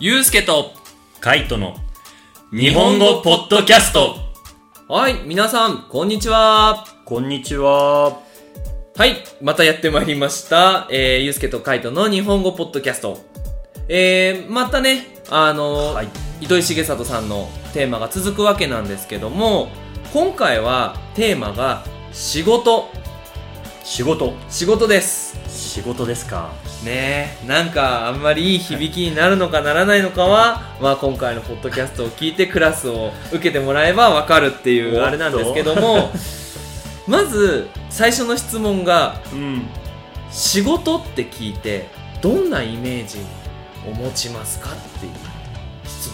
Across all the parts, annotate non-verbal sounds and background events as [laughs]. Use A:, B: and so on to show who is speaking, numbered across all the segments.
A: ゆうすけと、
B: カイトの日本語ポッドキャスト
A: はい、皆さん、こんにちは。
B: こんにちは。
A: はい、またやってまいりました。えー、ゆうすけとカイトの日本語ポッドキャスト。えー、またね、あの、
B: はい。
A: 糸井重里さんのテーマが続くわけなんですけども、今回はテーマが仕事、
B: 仕事。
A: 仕事です。
B: 仕事ですか。
A: ねえなんかあんまりいい響きになるのかならないのかは、まあ、今回のポッドキャストを聞いてクラスを受けてもらえば分かるってい
B: おっ
A: う
B: と
A: あれなんですけどもまず最初の質問が
B: うん。
A: 仕事って聞いてどんなイメージを持ちますかっていう質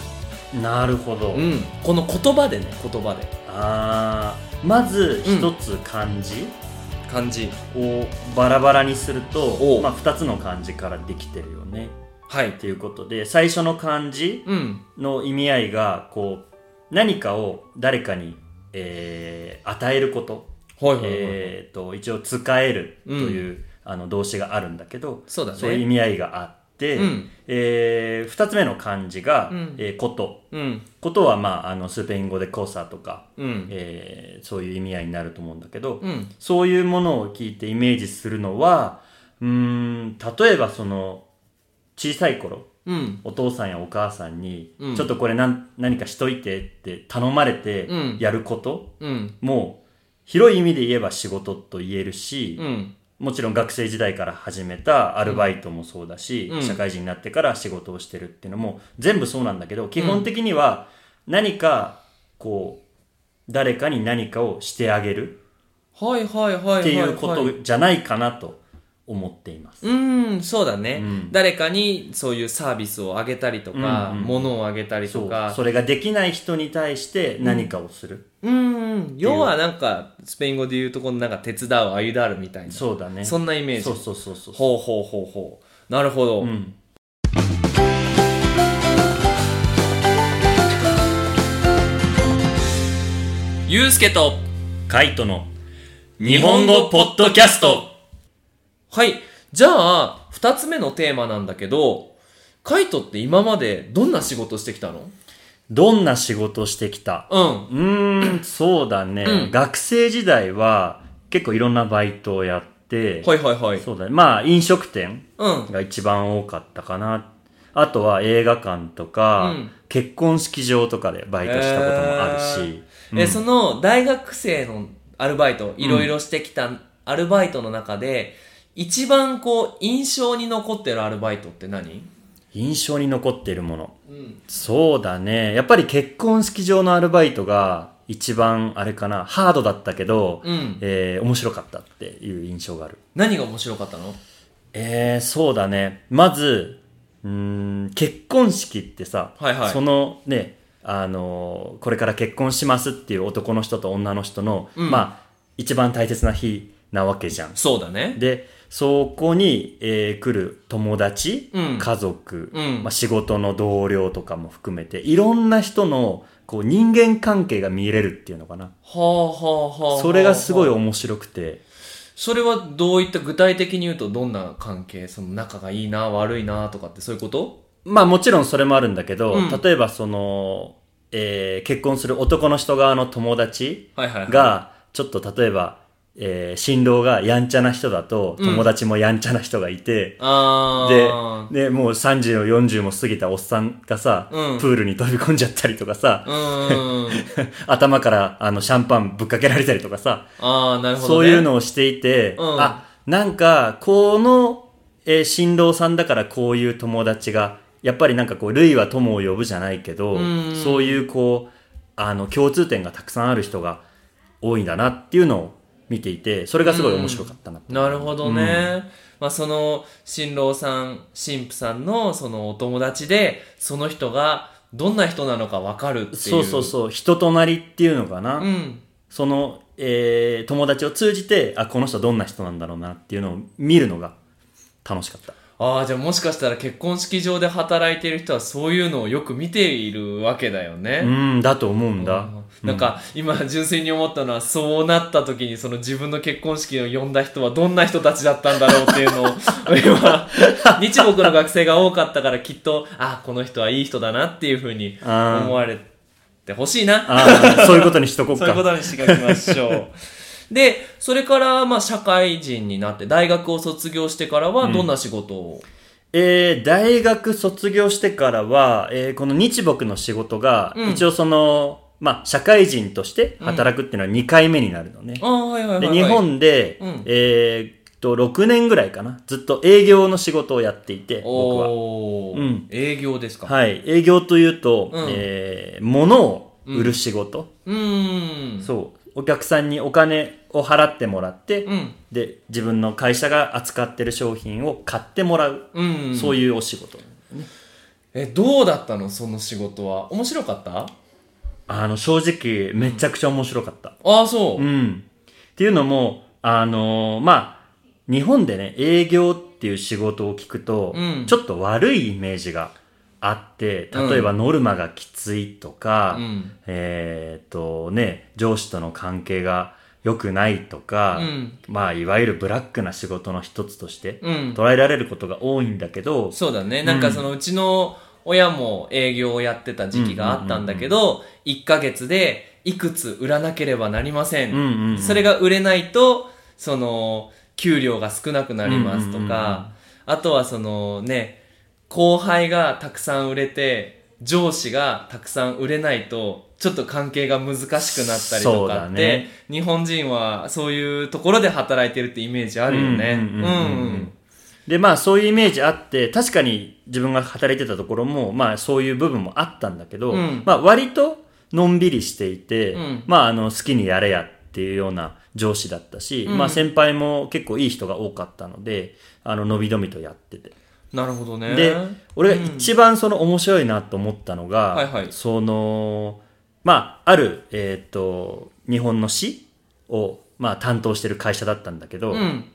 B: なるほど。
A: 問、うん、この言葉でね言葉で
B: あーまず一つ漢字
A: 感じ
B: をバラバラにすると、
A: おう
B: まあ二つの漢字からできてるよね。
A: はい
B: っていうことで、最初の漢字
A: うん
B: の意味合いが、こう、何かを誰かに、えー与えること。
A: はいはいはい、
B: えー、と一応「使える」という、あの動詞があるんだけど
A: そうだね
B: いう意味合いがあって、
A: うん
B: え2つ目の漢字が「
A: うん
B: えーこと」
A: うん
B: 「こと」は、まあ、あのスペイン語で「コサ」とか、
A: うん
B: えーそういう意味合いになると思うんだけど、
A: うん
B: そういうものを聞いてイメージするのはうーん例えばその小さい頃
A: うん
B: お父さんやお母さんに、
A: うん
B: ちょっとこれなん何かしといてって頼まれて
A: うん
B: やること、
A: うん
B: もう広い意味で言えば仕事と言えるし
A: う、ん
B: もちろん学生時代から始めたアルバイトもそうだし、
A: うん
B: 社会人になってから仕事をしてるっていうのも全部そうなんだけど基本的には何かこう誰かに何かをしてあげる
A: はいはいはいはい、はい、
B: っていうことじゃないかなと思っています。
A: うーん、そうだね、
B: うん
A: 誰かにそういうサービスをあげたりとか、
B: うんうん
A: 物をあげたり
B: そ
A: と
B: う
A: か、
B: それができない人に対して何かをする、
A: うーん、要はなんか、スペイン語で言うとこのなんか手伝う、あゆだるみたいな。
B: そうだね
A: そんなイメージ。
B: そうそうそうそう
A: ほうほうほうほう。なるほど。
B: うん、
A: ゆうすけと、
B: カイトの日本語ポッドキャスト
A: はい。じゃあ、二つ目のテーマなんだけど、カイトって今までどんな仕事してきたの
B: どんな仕事をしてきた
A: うん。
B: うーん、そうだね、
A: うん
B: 学生時代は結構いろんなバイトをやって、
A: はいはいはい。
B: そうだね。まあ、飲食店
A: うん。
B: が一番多かったかな。あとは映画館とか、
A: うん
B: 結婚式場とかでバイトしたこともあるし。
A: え、
B: うん
A: その大学生のアルバイト、いろいろしてきたアルバイトの中で、一番こう、印象に残ってるアルバイトって何
B: 印象に残っているもの。
A: うん。
B: そうだね。やっぱり結婚式場のアルバイトが一番、あれかな、ハードだったけど、
A: うん。
B: えー面白かったっていう印象がある。
A: 何が面白かったの
B: えー、そうだね。まず、うーん、結婚式ってさ、
A: はいはい
B: そのね、あのーこれから結婚しますっていう男の人と女の人の、
A: うん
B: まあ、一番大切な日なわけじゃん。
A: そうだね。
B: で、そこに、えー来る友達、
A: うん
B: 家族、
A: うん
B: まあ、仕事の同僚とかも含めて、いろんな人の、こう、人間関係が見れるっていうのかな。
A: はあはあはあはあ。
B: それがすごい面白くて。
A: それはどういった具体的に言うとどんな関係その仲がいいな、悪いなとかってそういうこと
B: まあもちろんそれもあるんだけど、
A: うん
B: 例えばその、えー結婚する男の人側の友達
A: はいはいはい。、
B: が、ちょっと例えば、えー新郎がやんちゃな人だと、
A: うん
B: 友達もやんちゃな人がいて、
A: あー。で、
B: で、で、もう30、40も過ぎたおっさんがさ、
A: うん
B: プールに飛び込んじゃったりと
A: [laughs]
B: かさ、
A: うーん。
B: 頭からあのシャンパンぶっかけられたりとかさ、
A: あー、なるほど、ね。
B: そういうのをしていて、
A: うん
B: あ、なんか、この、えー新郎さんだからこういう友達が、やっぱりなんかこう、類は友を呼ぶじゃないけど
A: うん、
B: そういうこう、あの、共通点がたくさんある人が多いんだなっていうのを見ていて、それがすごい面白かったな。
A: なるほどね、まあ、その新郎さん新婦さんのそのお友達でその人がどんな人なのか分かるっていう
B: そうそうそう、人となりっていうのかな。
A: うん
B: その、えー友達を通じて、あ、この人どんな人なんだろうなっていうのを見るのが楽しかった。
A: ああ、じゃあもしかしたら結婚式場で働いてる人はそういうのをよく見ているわけだよね。
B: うんだと思うんだ、
A: うんなんか今純粋に思ったのはそうなった時にその自分の結婚式を呼んだ人はどんな人たちだったんだろうって
B: [laughs]
A: いうのを今日僕の学生が多かったからきっとあこの人はいい人だなっていうふうに
B: あー
A: 思われてほしいな
B: ああそういうことにしとこう
A: そ
B: か
A: ういうことにして書きましょう
B: [laughs]
A: でそれからまあ社会人になって大学を卒業してからはどんな仕事を、
B: えー大学卒業してからは、えーこの日木の仕事が、
A: うん
B: 一応その、まあ、社会人として働くっていうのは2回目になるのね。
A: ああはいはいはい、
B: で
A: はい、
B: 日本で、
A: うん
B: えーっと、6年ぐらいかな。ずっと営業の仕事をやっていて、僕は。
A: おお、
B: うん
A: 営業ですか、
B: はい。営業というと、
A: うん
B: えー物を売る仕事、
A: うーん
B: そう。お客さんにお金を払ってもらって、
A: うん
B: で、自分の会社が扱ってる商品を買ってもらう。
A: うん
B: そういうお仕事。
A: えどうだったのその仕事は面白かった
B: あの、正直、めちゃくちゃ面白かった。
A: ああそう、
B: うん。っていうのも、あのーまあ、日本でね、営業っていう仕事を聞くと、
A: うん
B: ちょっと悪いイメージがあって、例えばノルマがきついとか、
A: うん
B: えーっとね、上司との関係が良くないとか、
A: うん
B: まあ、いわゆるブラックな仕事の一つとして、
A: うん
B: 捉えられることが多いんだけど、
A: そうだねなんかそのうちの親も営業をやってた時期があったんだけど、1ヶ月でいくつ売らなければなりません、
B: うんうんうん
A: それが売れないとその給料が少なくなりますとか、
B: うんうんうんうん
A: あとはそのね後輩がたくさん売れて上司がたくさん売れないとちょっと関係が難しくなったり
B: そ
A: と
B: うだ
A: かって、
B: ね
A: 日本人はそういうところで働いてるってイメージあるよね。
B: うんうんうんうんうんで、まあそういうイメージあって、確かに自分が働いてたところも、まあそういう部分もあったんだけど、
A: うん
B: まあ割とのんびりしていて、
A: うん
B: まああの好きにやれやっていうような上司だったし、
A: うん
B: まあ先輩も結構いい人が多かったので、あの、伸び伸びとやってて。
A: なるほどね。
B: で、俺が一番その面白いなと思ったのが、
A: はいはい
B: その、まあある、えーっと、日本の市を、まあ担当してる会社だったんだけど、
A: うん。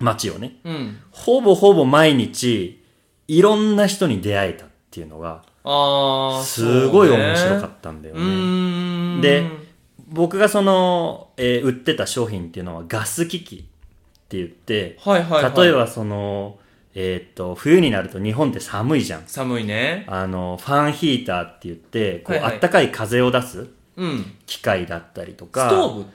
B: 町をね、
A: うん。
B: ほぼほぼ毎日、いろんな人に出会えたっていうのが、
A: ああ、
B: すごい面白か
A: た。
B: ったんだよ
A: う
B: ね。
A: ーん。
B: で、僕がその、えー売ってた商品っていうのはガス機器って言って、
A: はいはい、はい。
B: 例え。ばその、えーっと、冬になると日本って寒いじゃん。
A: 寒いね。
B: あの、ファンヒーターって言って、こう、
A: はいはい
B: あったかい風を出す
A: うん。
B: 機械だったりと
A: ス
B: か、
A: トーブ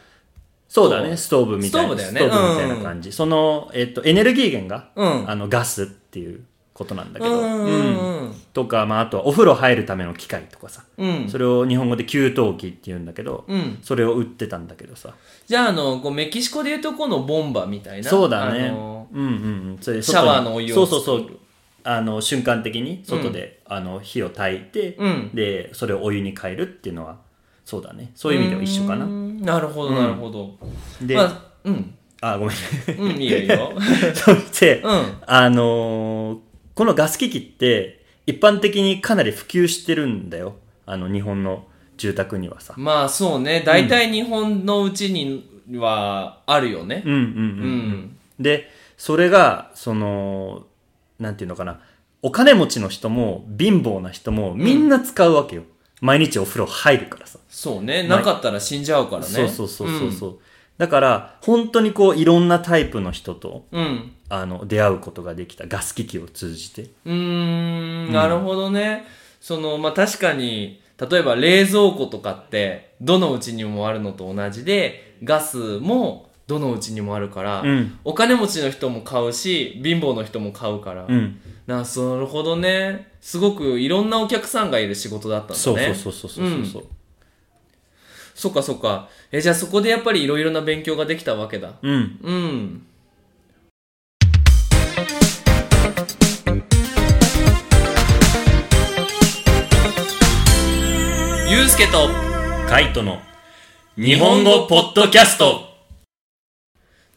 B: そうだね、ストーブみたいな。
A: ストーブだよね
B: ストーブみたいな感じ。その、えーっと、エネルギー源が、
A: うん
B: あの、ガスっていうことなんだけ
A: う
B: ど、
A: んうんうん。
B: とか、まあ、あとはお風呂入るための機械とかさ、
A: うん
B: そ。れを日本語で給湯器って言うんだけど、
A: うん。
B: それを売ってたんだけどさ
A: じゃあ、あの、こうメキシコでいうとこのボンバみたいな。
B: そうだね、
A: あの
B: うんうんうんそれ
A: シャワーのお湯
B: そ
A: を
B: うそうそう
A: 作る
B: あの瞬間的に外で、あの火を焚いて、
A: うん
B: でそれをお湯に変えるっていうのはそうだねそういう意味では一緒か
A: うー
B: なん
A: なるほど、なるほど。
B: で、
A: まあ、うん。
B: あごめん [laughs]
A: うん、いいよいいよ。
B: そして、
A: うん。
B: あのーこのガス機器って一般的にかなり普及してるんだよあの日本の住宅にはさ
A: まあ、そうね。大体日本のうちにはあるよね。
B: うんうんう
A: う
B: ん、
A: ん。
B: で、それが、その、なんていうのかな、お金持ちの人も貧乏な人もみんな使うわけよ。毎日お風呂入るからさ。
A: そうね。なかったら死んじゃうからね。
B: そうそうそうそうそう。だから、本当にこう、いろんなタイプの人と、
A: うん。うん。
B: あの、出会うことができた。ガス機器を通じて。
A: うーん、なるほどね。その、まあ、確かに、例えば冷蔵庫とかって、どのうちにもあるのと同じで、ガスもどのうちにもあるから、
B: うん
A: お金持ちの人も買うし、貧乏の人も買うから。
B: うん。
A: なそなるほどね。すごくいろんなお客さんがいる仕事だったんだね。
B: そうそうそうそうそうそう。
A: そっかそっか。え、じゃあそこでやっぱりいろいろな勉強ができたわけだ。
B: うん。
A: うん。ゆうすけと
B: カイトの日本語ポッドキャスト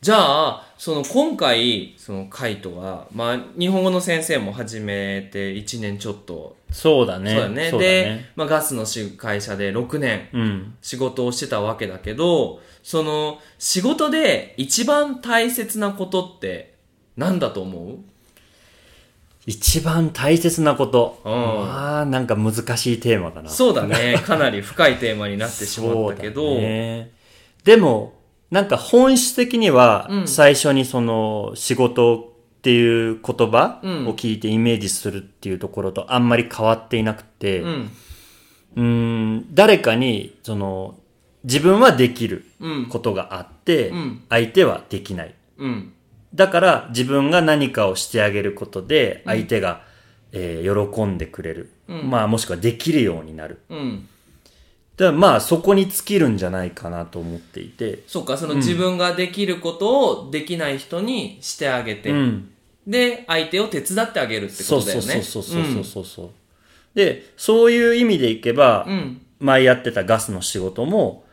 A: じゃあその今回そのカイトが、まあ、日本語の先生も始めて1年ちょっと、
B: そうだね。
A: そうだね
B: そうだ
A: で
B: ね、
A: まあ、ガスの会社で6年
B: うん。
A: 仕事をしてたわけだけどその仕事で一番大切なことって何だと思う
B: 一番大切なこと。
A: うん
B: まあ、なんか難しいテーマだな。
A: そうだね。かなり深いテーマになってしまったけ
B: そ
A: ど、
B: うだねでも、なんか本質的には
A: う、ん
B: 最初にその仕事っていう言葉
A: うん
B: を聞いてイメージするっていうところとあんまり変わっていなくて、
A: う。
B: うんーん誰かに、その、自分はできる
A: うん。
B: ことがあって、
A: うん
B: 相手はできない。
A: うん。
B: だから自分が何かをしてあげることで、相手が、えー喜んでくれる。
A: うん
B: まあもしくはできるようになる。
A: うん。
B: だからまあそこに尽きるんじゃないかなと思っていて、
A: そうか、その自分ができることをできない人にしてあげて、
B: うん、
A: で、相手を手伝ってあげるってこ
B: そう
A: とだ
B: そ
A: よ
B: うそ
A: ね。
B: うそうそうそうそう、でそういう意味でいけば、
A: うん。うん。
B: 前やってたガスの仕事も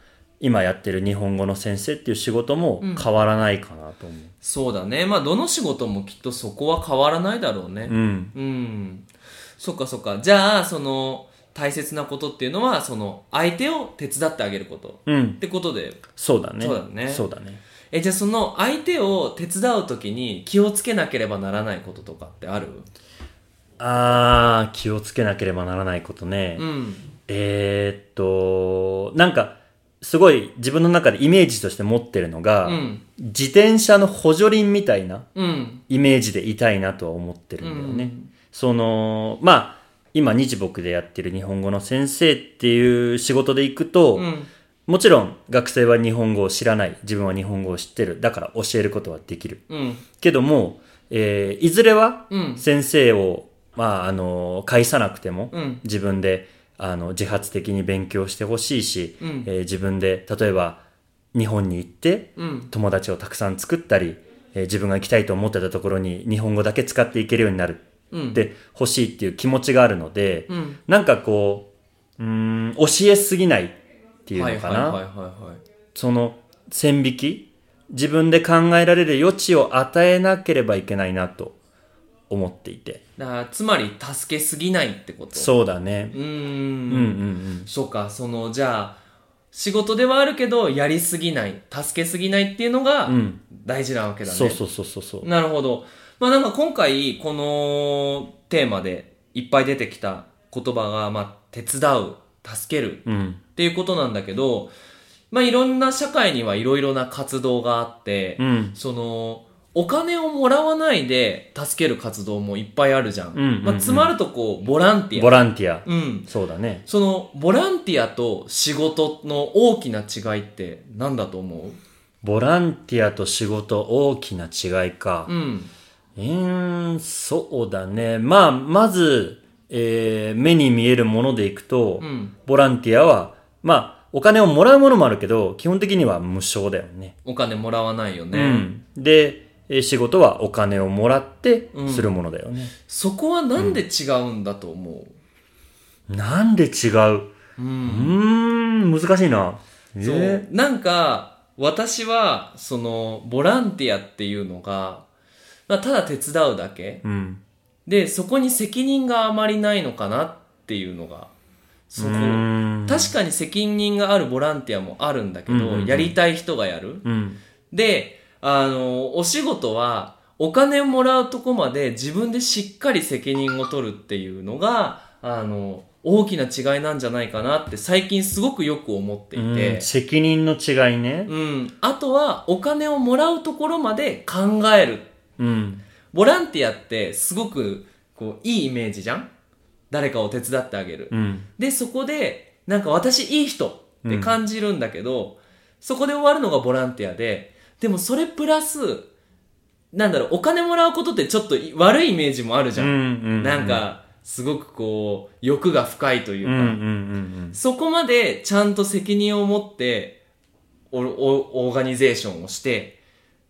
B: 今やってる日本語の先生っていう仕事も
A: うん
B: 変わらないかなと思
A: そうだね。まあ、どの仕事もきっとそこは変わらないだろうね。
B: う、うん、
A: うん。そっかそっか。じゃあ、その、大切なことっていうのは、その、相手を手伝ってあげること。
B: うん
A: ってことで、
B: そうだね
A: そうだね
B: そうだね
A: え、じゃあその、相手を手伝うときに気をつけなければならないこととかってある
B: あー気をつけなければならないことね、
A: うん。
B: えー、っとなんかすごい自分の中でイメージとして持ってるのが、
A: うん。
B: 自転車の補助輪みたいな
A: うん。
B: イメージでいたいなとは思ってるんだよね、そのまあ今日僕でやってる日本語の先生っていう仕事で行くと、
A: うん。
B: もちろん学生は日本語を知らない自分は日本語を知ってるだから教えることはできる
A: うん。
B: けども、えーいずれは
A: うん。
B: 先生を、まあ、あの介さなくても、
A: うん。
B: 自分であの自発的に勉強してほしいし、
A: うん
B: えー自分で例えば日本に行って
A: うん。
B: 友達をたくさん作ったり、えー自分が行きたいと思ってたところに日本語だけ使っていけるようになる
A: うん。
B: で欲しいっていう気持ちがあるので、
A: うん。
B: なんかこううーん教えすぎないっていうのかな、
A: はいはいはいはいはい。
B: その線引き自分で考えられる余地を与えなければいけないなと思っていて
A: だからつまり、助けすぎないってこと。
B: そうだね
A: う。うー
B: うん
A: ん。
B: うんうん
A: そうか、その、じゃあ、仕事ではあるけど、やりすぎない、助けすぎないっていうのが
B: う、ん
A: 大事なわけだね。
B: そうそうそうそうそう
A: なるほど。まあなんか今回、このテーマでいっぱい出てきた言葉が、まあ、手伝う、助ける
B: うん
A: っていうことなんだけど、まあいろんな社会にはいろいろな活動があって、
B: うん
A: その、お金をもらわないで助ける活動もいっぱいあるじゃん。
B: うんうんうん
A: まあ、つまるとこう、ボランティ
B: ボ
A: ア。
B: ランティア
A: うん。
B: そうだね
A: その、ボランティアと仕事の大きな違いって何だと思
B: ボランティアと仕事大きな違いか、
A: ううん。
B: うーん、そうだね。まあ、まず、えー目に見えるものでいくと、
A: うん。
B: ボランティアは、まあ、お金をもらうものもあるけど、基本的には無償だよね。
A: お金もらわないよね。
B: うん。で、えー仕事はお金をもらって
A: うん
B: するものだよね。
A: そこはなんで違うんだと思
B: なんで違う
A: う、う
B: うー
A: ん
B: ん、難しいな。え
A: そう
B: ー
A: なんか私はそのボランティアっていうのが、まあ、ただ手伝うだけ
B: うん。
A: でそこに責任があまりないのかなっていうのがそこ
B: うーん
A: 確かに責任があるボランティアもあるんだけど、
B: うんうんうん
A: やりたい人がやる
B: うん。
A: であのお仕事はお金もらうとこまで自分でしっかり責任を取るっていうのがあの大きな違いなんじゃないかなって最近すごくよく思ってい
B: うん
A: て、
B: 責任の違いね
A: う。んあとはお金をもらうところまで考える
B: うん。
A: ボランティアってすごくこういいイメージじゃん誰かを手伝ってあげる、
B: うん。
A: でそこでなんか私いい人って感じるんだけど、そこで終わるのがボランティアででもそれプラスなんだろうお金もらうことってちょっとい悪いイメージもあるじゃん、
B: ん
A: なん、かすごくこう欲が深いという
B: うん
A: か、
B: うんうん
A: そこまでちゃんと責任を持っておおオーガニゼーションをして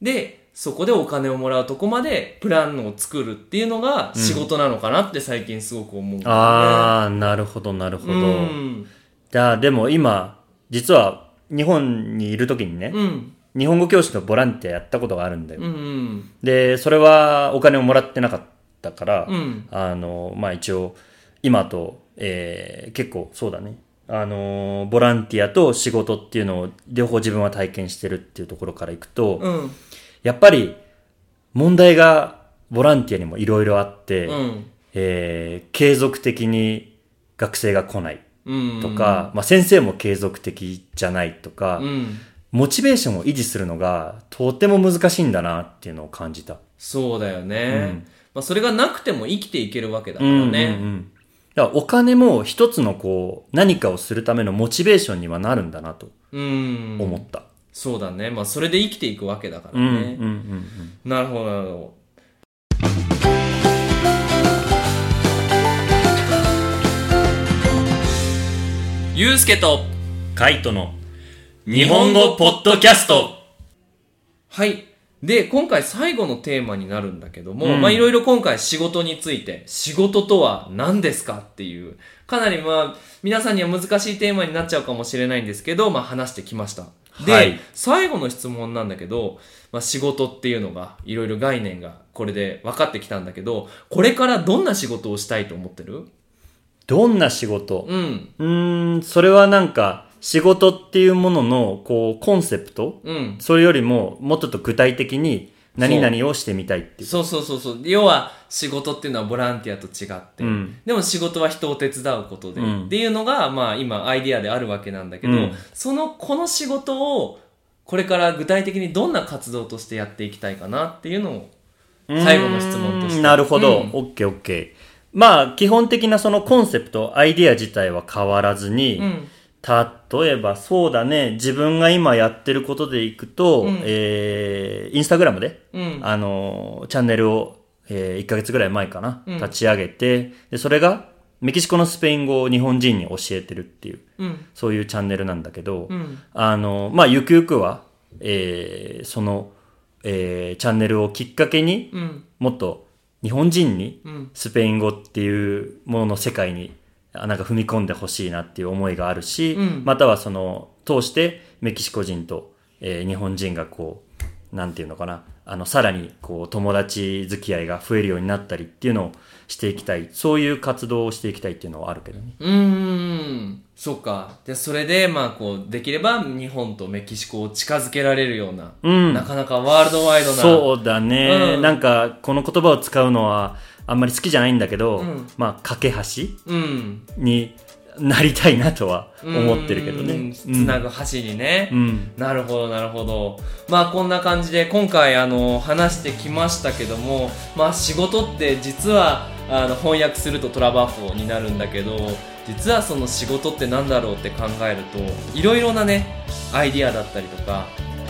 A: でそこでお金をもらうとこまでプランを作るっていうのが仕事なのかなって最近すごく思うんだよね、
B: ああ、なるほど、なるほど。
A: うん
B: じゃあ、でも今、実は日本にいる時にね、
A: うん
B: 日本語教師のボランティアやったことがあるんだよ。
A: うん
B: で、それはお金をもらってなかったから、
A: うん
B: あの、まあ一応、今と、えー結構そうだね。あの、ボランティアと仕事っていうのを両方自分は体験してるっていうところからいくと、
A: うん
B: やっぱり問題がボランティアにもいろいろあって、
A: うん。
B: えー継続的に学生が来ない
A: うん。
B: とか、まあ、先生も継続的じゃないとか、
A: うん。
B: モチベーションを維持するのがとても難しいんだなっていうのを感じた。
A: そうだよ
B: う
A: ね
B: ん。
A: まあ、それがなくても生きていけるわけだから
B: うんう
A: ね。
B: んうんだからお金も一つのこう何かをするためのモチベーションにはなるんだなと
A: うん。
B: 思った。
A: そうだね。まあ、それで生きていくわけだから
B: うんうん
A: ね。なるほど、なるほど。ゆうすけと
B: うんカイトの日本語ポッドキャスト
A: はい。で、今回最後のテーマになるんだけども、
B: うん
A: まあいろいろ今回仕事について、仕事とは何ですかっていう、かなりまあ、皆さんには難しいテーマになっちゃうかもしれないんですけど、まあ話してきました。で、
B: はい
A: 最後の質問なんだけど、まあ仕事っていうのが、いろいろ概念がこれで分かってきたんだけど、これからどんな仕事をしたいと思ってる
B: どんな仕事
A: うん、
B: うーん、それはなんか仕事っていうもののこうコンセプト
A: うん。
B: それよりももっと具体的に何々をしてみたいっていう。
A: そうそうそうそう。要は、仕事っていうのはボランティアと違って、
B: うん
A: でも仕事は人を手伝うことで、
B: うん
A: っていうのが、まあ今アイディアであるわけなんだけど、
B: うん
A: その、この仕事を、これから具体的にどんな活動としてやっていきたいかなっていうのを、最後の質問として
B: うーんなるほど。
A: うん
B: OKOK、まあ、基本的なそのコンセプト、アイディア自体は変わらずに、
A: うん、
B: 例えばそうだね、自分が今やってることでいくと、
A: うん
B: えー、インスタグラムで、
A: うん、
B: あの、チャンネルを、えー、1ヶ月ぐらい前かな、
A: うん
B: 立ち上げて、で、それが、メキシコのスペイン語を日本人に教えてるっていう、
A: うん、
B: そういうチャンネルなんだけど、
A: うん、
B: あの、まあ、ゆくゆくは、えー、その、えー、チャンネルをきっかけに、
A: うん、
B: もっと日本人に
A: うん、
B: スペイン語っていうものの世界にあなんか踏み込んでほしいなっていう思いがあるし、
A: うん
B: またはその通してメキシコ人と、えー日本人がこうなんていうのかなあのさらにこう友達付き合いが増えるようになったりっていうのをしていきたいそういう活動をしていきたいっていうのはあるけどね。
A: うーん、そっか。で、それで、まあこう、できれば日本とメキシコを近づけられるような、
B: うん
A: なかなかワールドワイドな、
B: そうだね、
A: うん
B: なんかこの言葉を使うのはあんまり好きじゃないんだけど、
A: うん
B: まあ架け橋
A: う、うん、
B: になりたいなとは思ってるけど
A: うーん
B: ね。
A: つ
B: うん
A: なぐ橋にね、
B: うん。
A: なるほどなるほどまあこんな感じで今回あの話してきましたけどもまあ仕事って実はあの翻訳するとトラバフォになるんだけど実はその仕事って何だろうって考えるといろいろなねアイディアだったりとか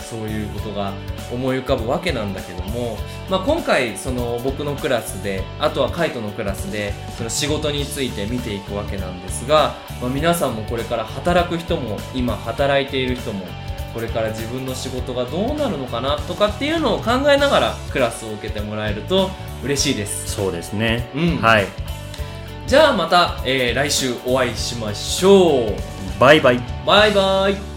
A: そういうことが思い浮かぶわけなんだけども、まあ、今回その僕のクラスであとはカイトのクラスでその仕事について見ていくわけなんですが、まあ、皆さんもこれから働く人も今働いている人もこれから自分の仕事がどうなるのかなとかっていうのを考えながらクラスを受けてもらえると嬉しいです。
B: そうですね。
A: うん
B: はい。
A: じゃあまた、えー来週お会いしましょう。
B: バイバイ。
A: バイバイ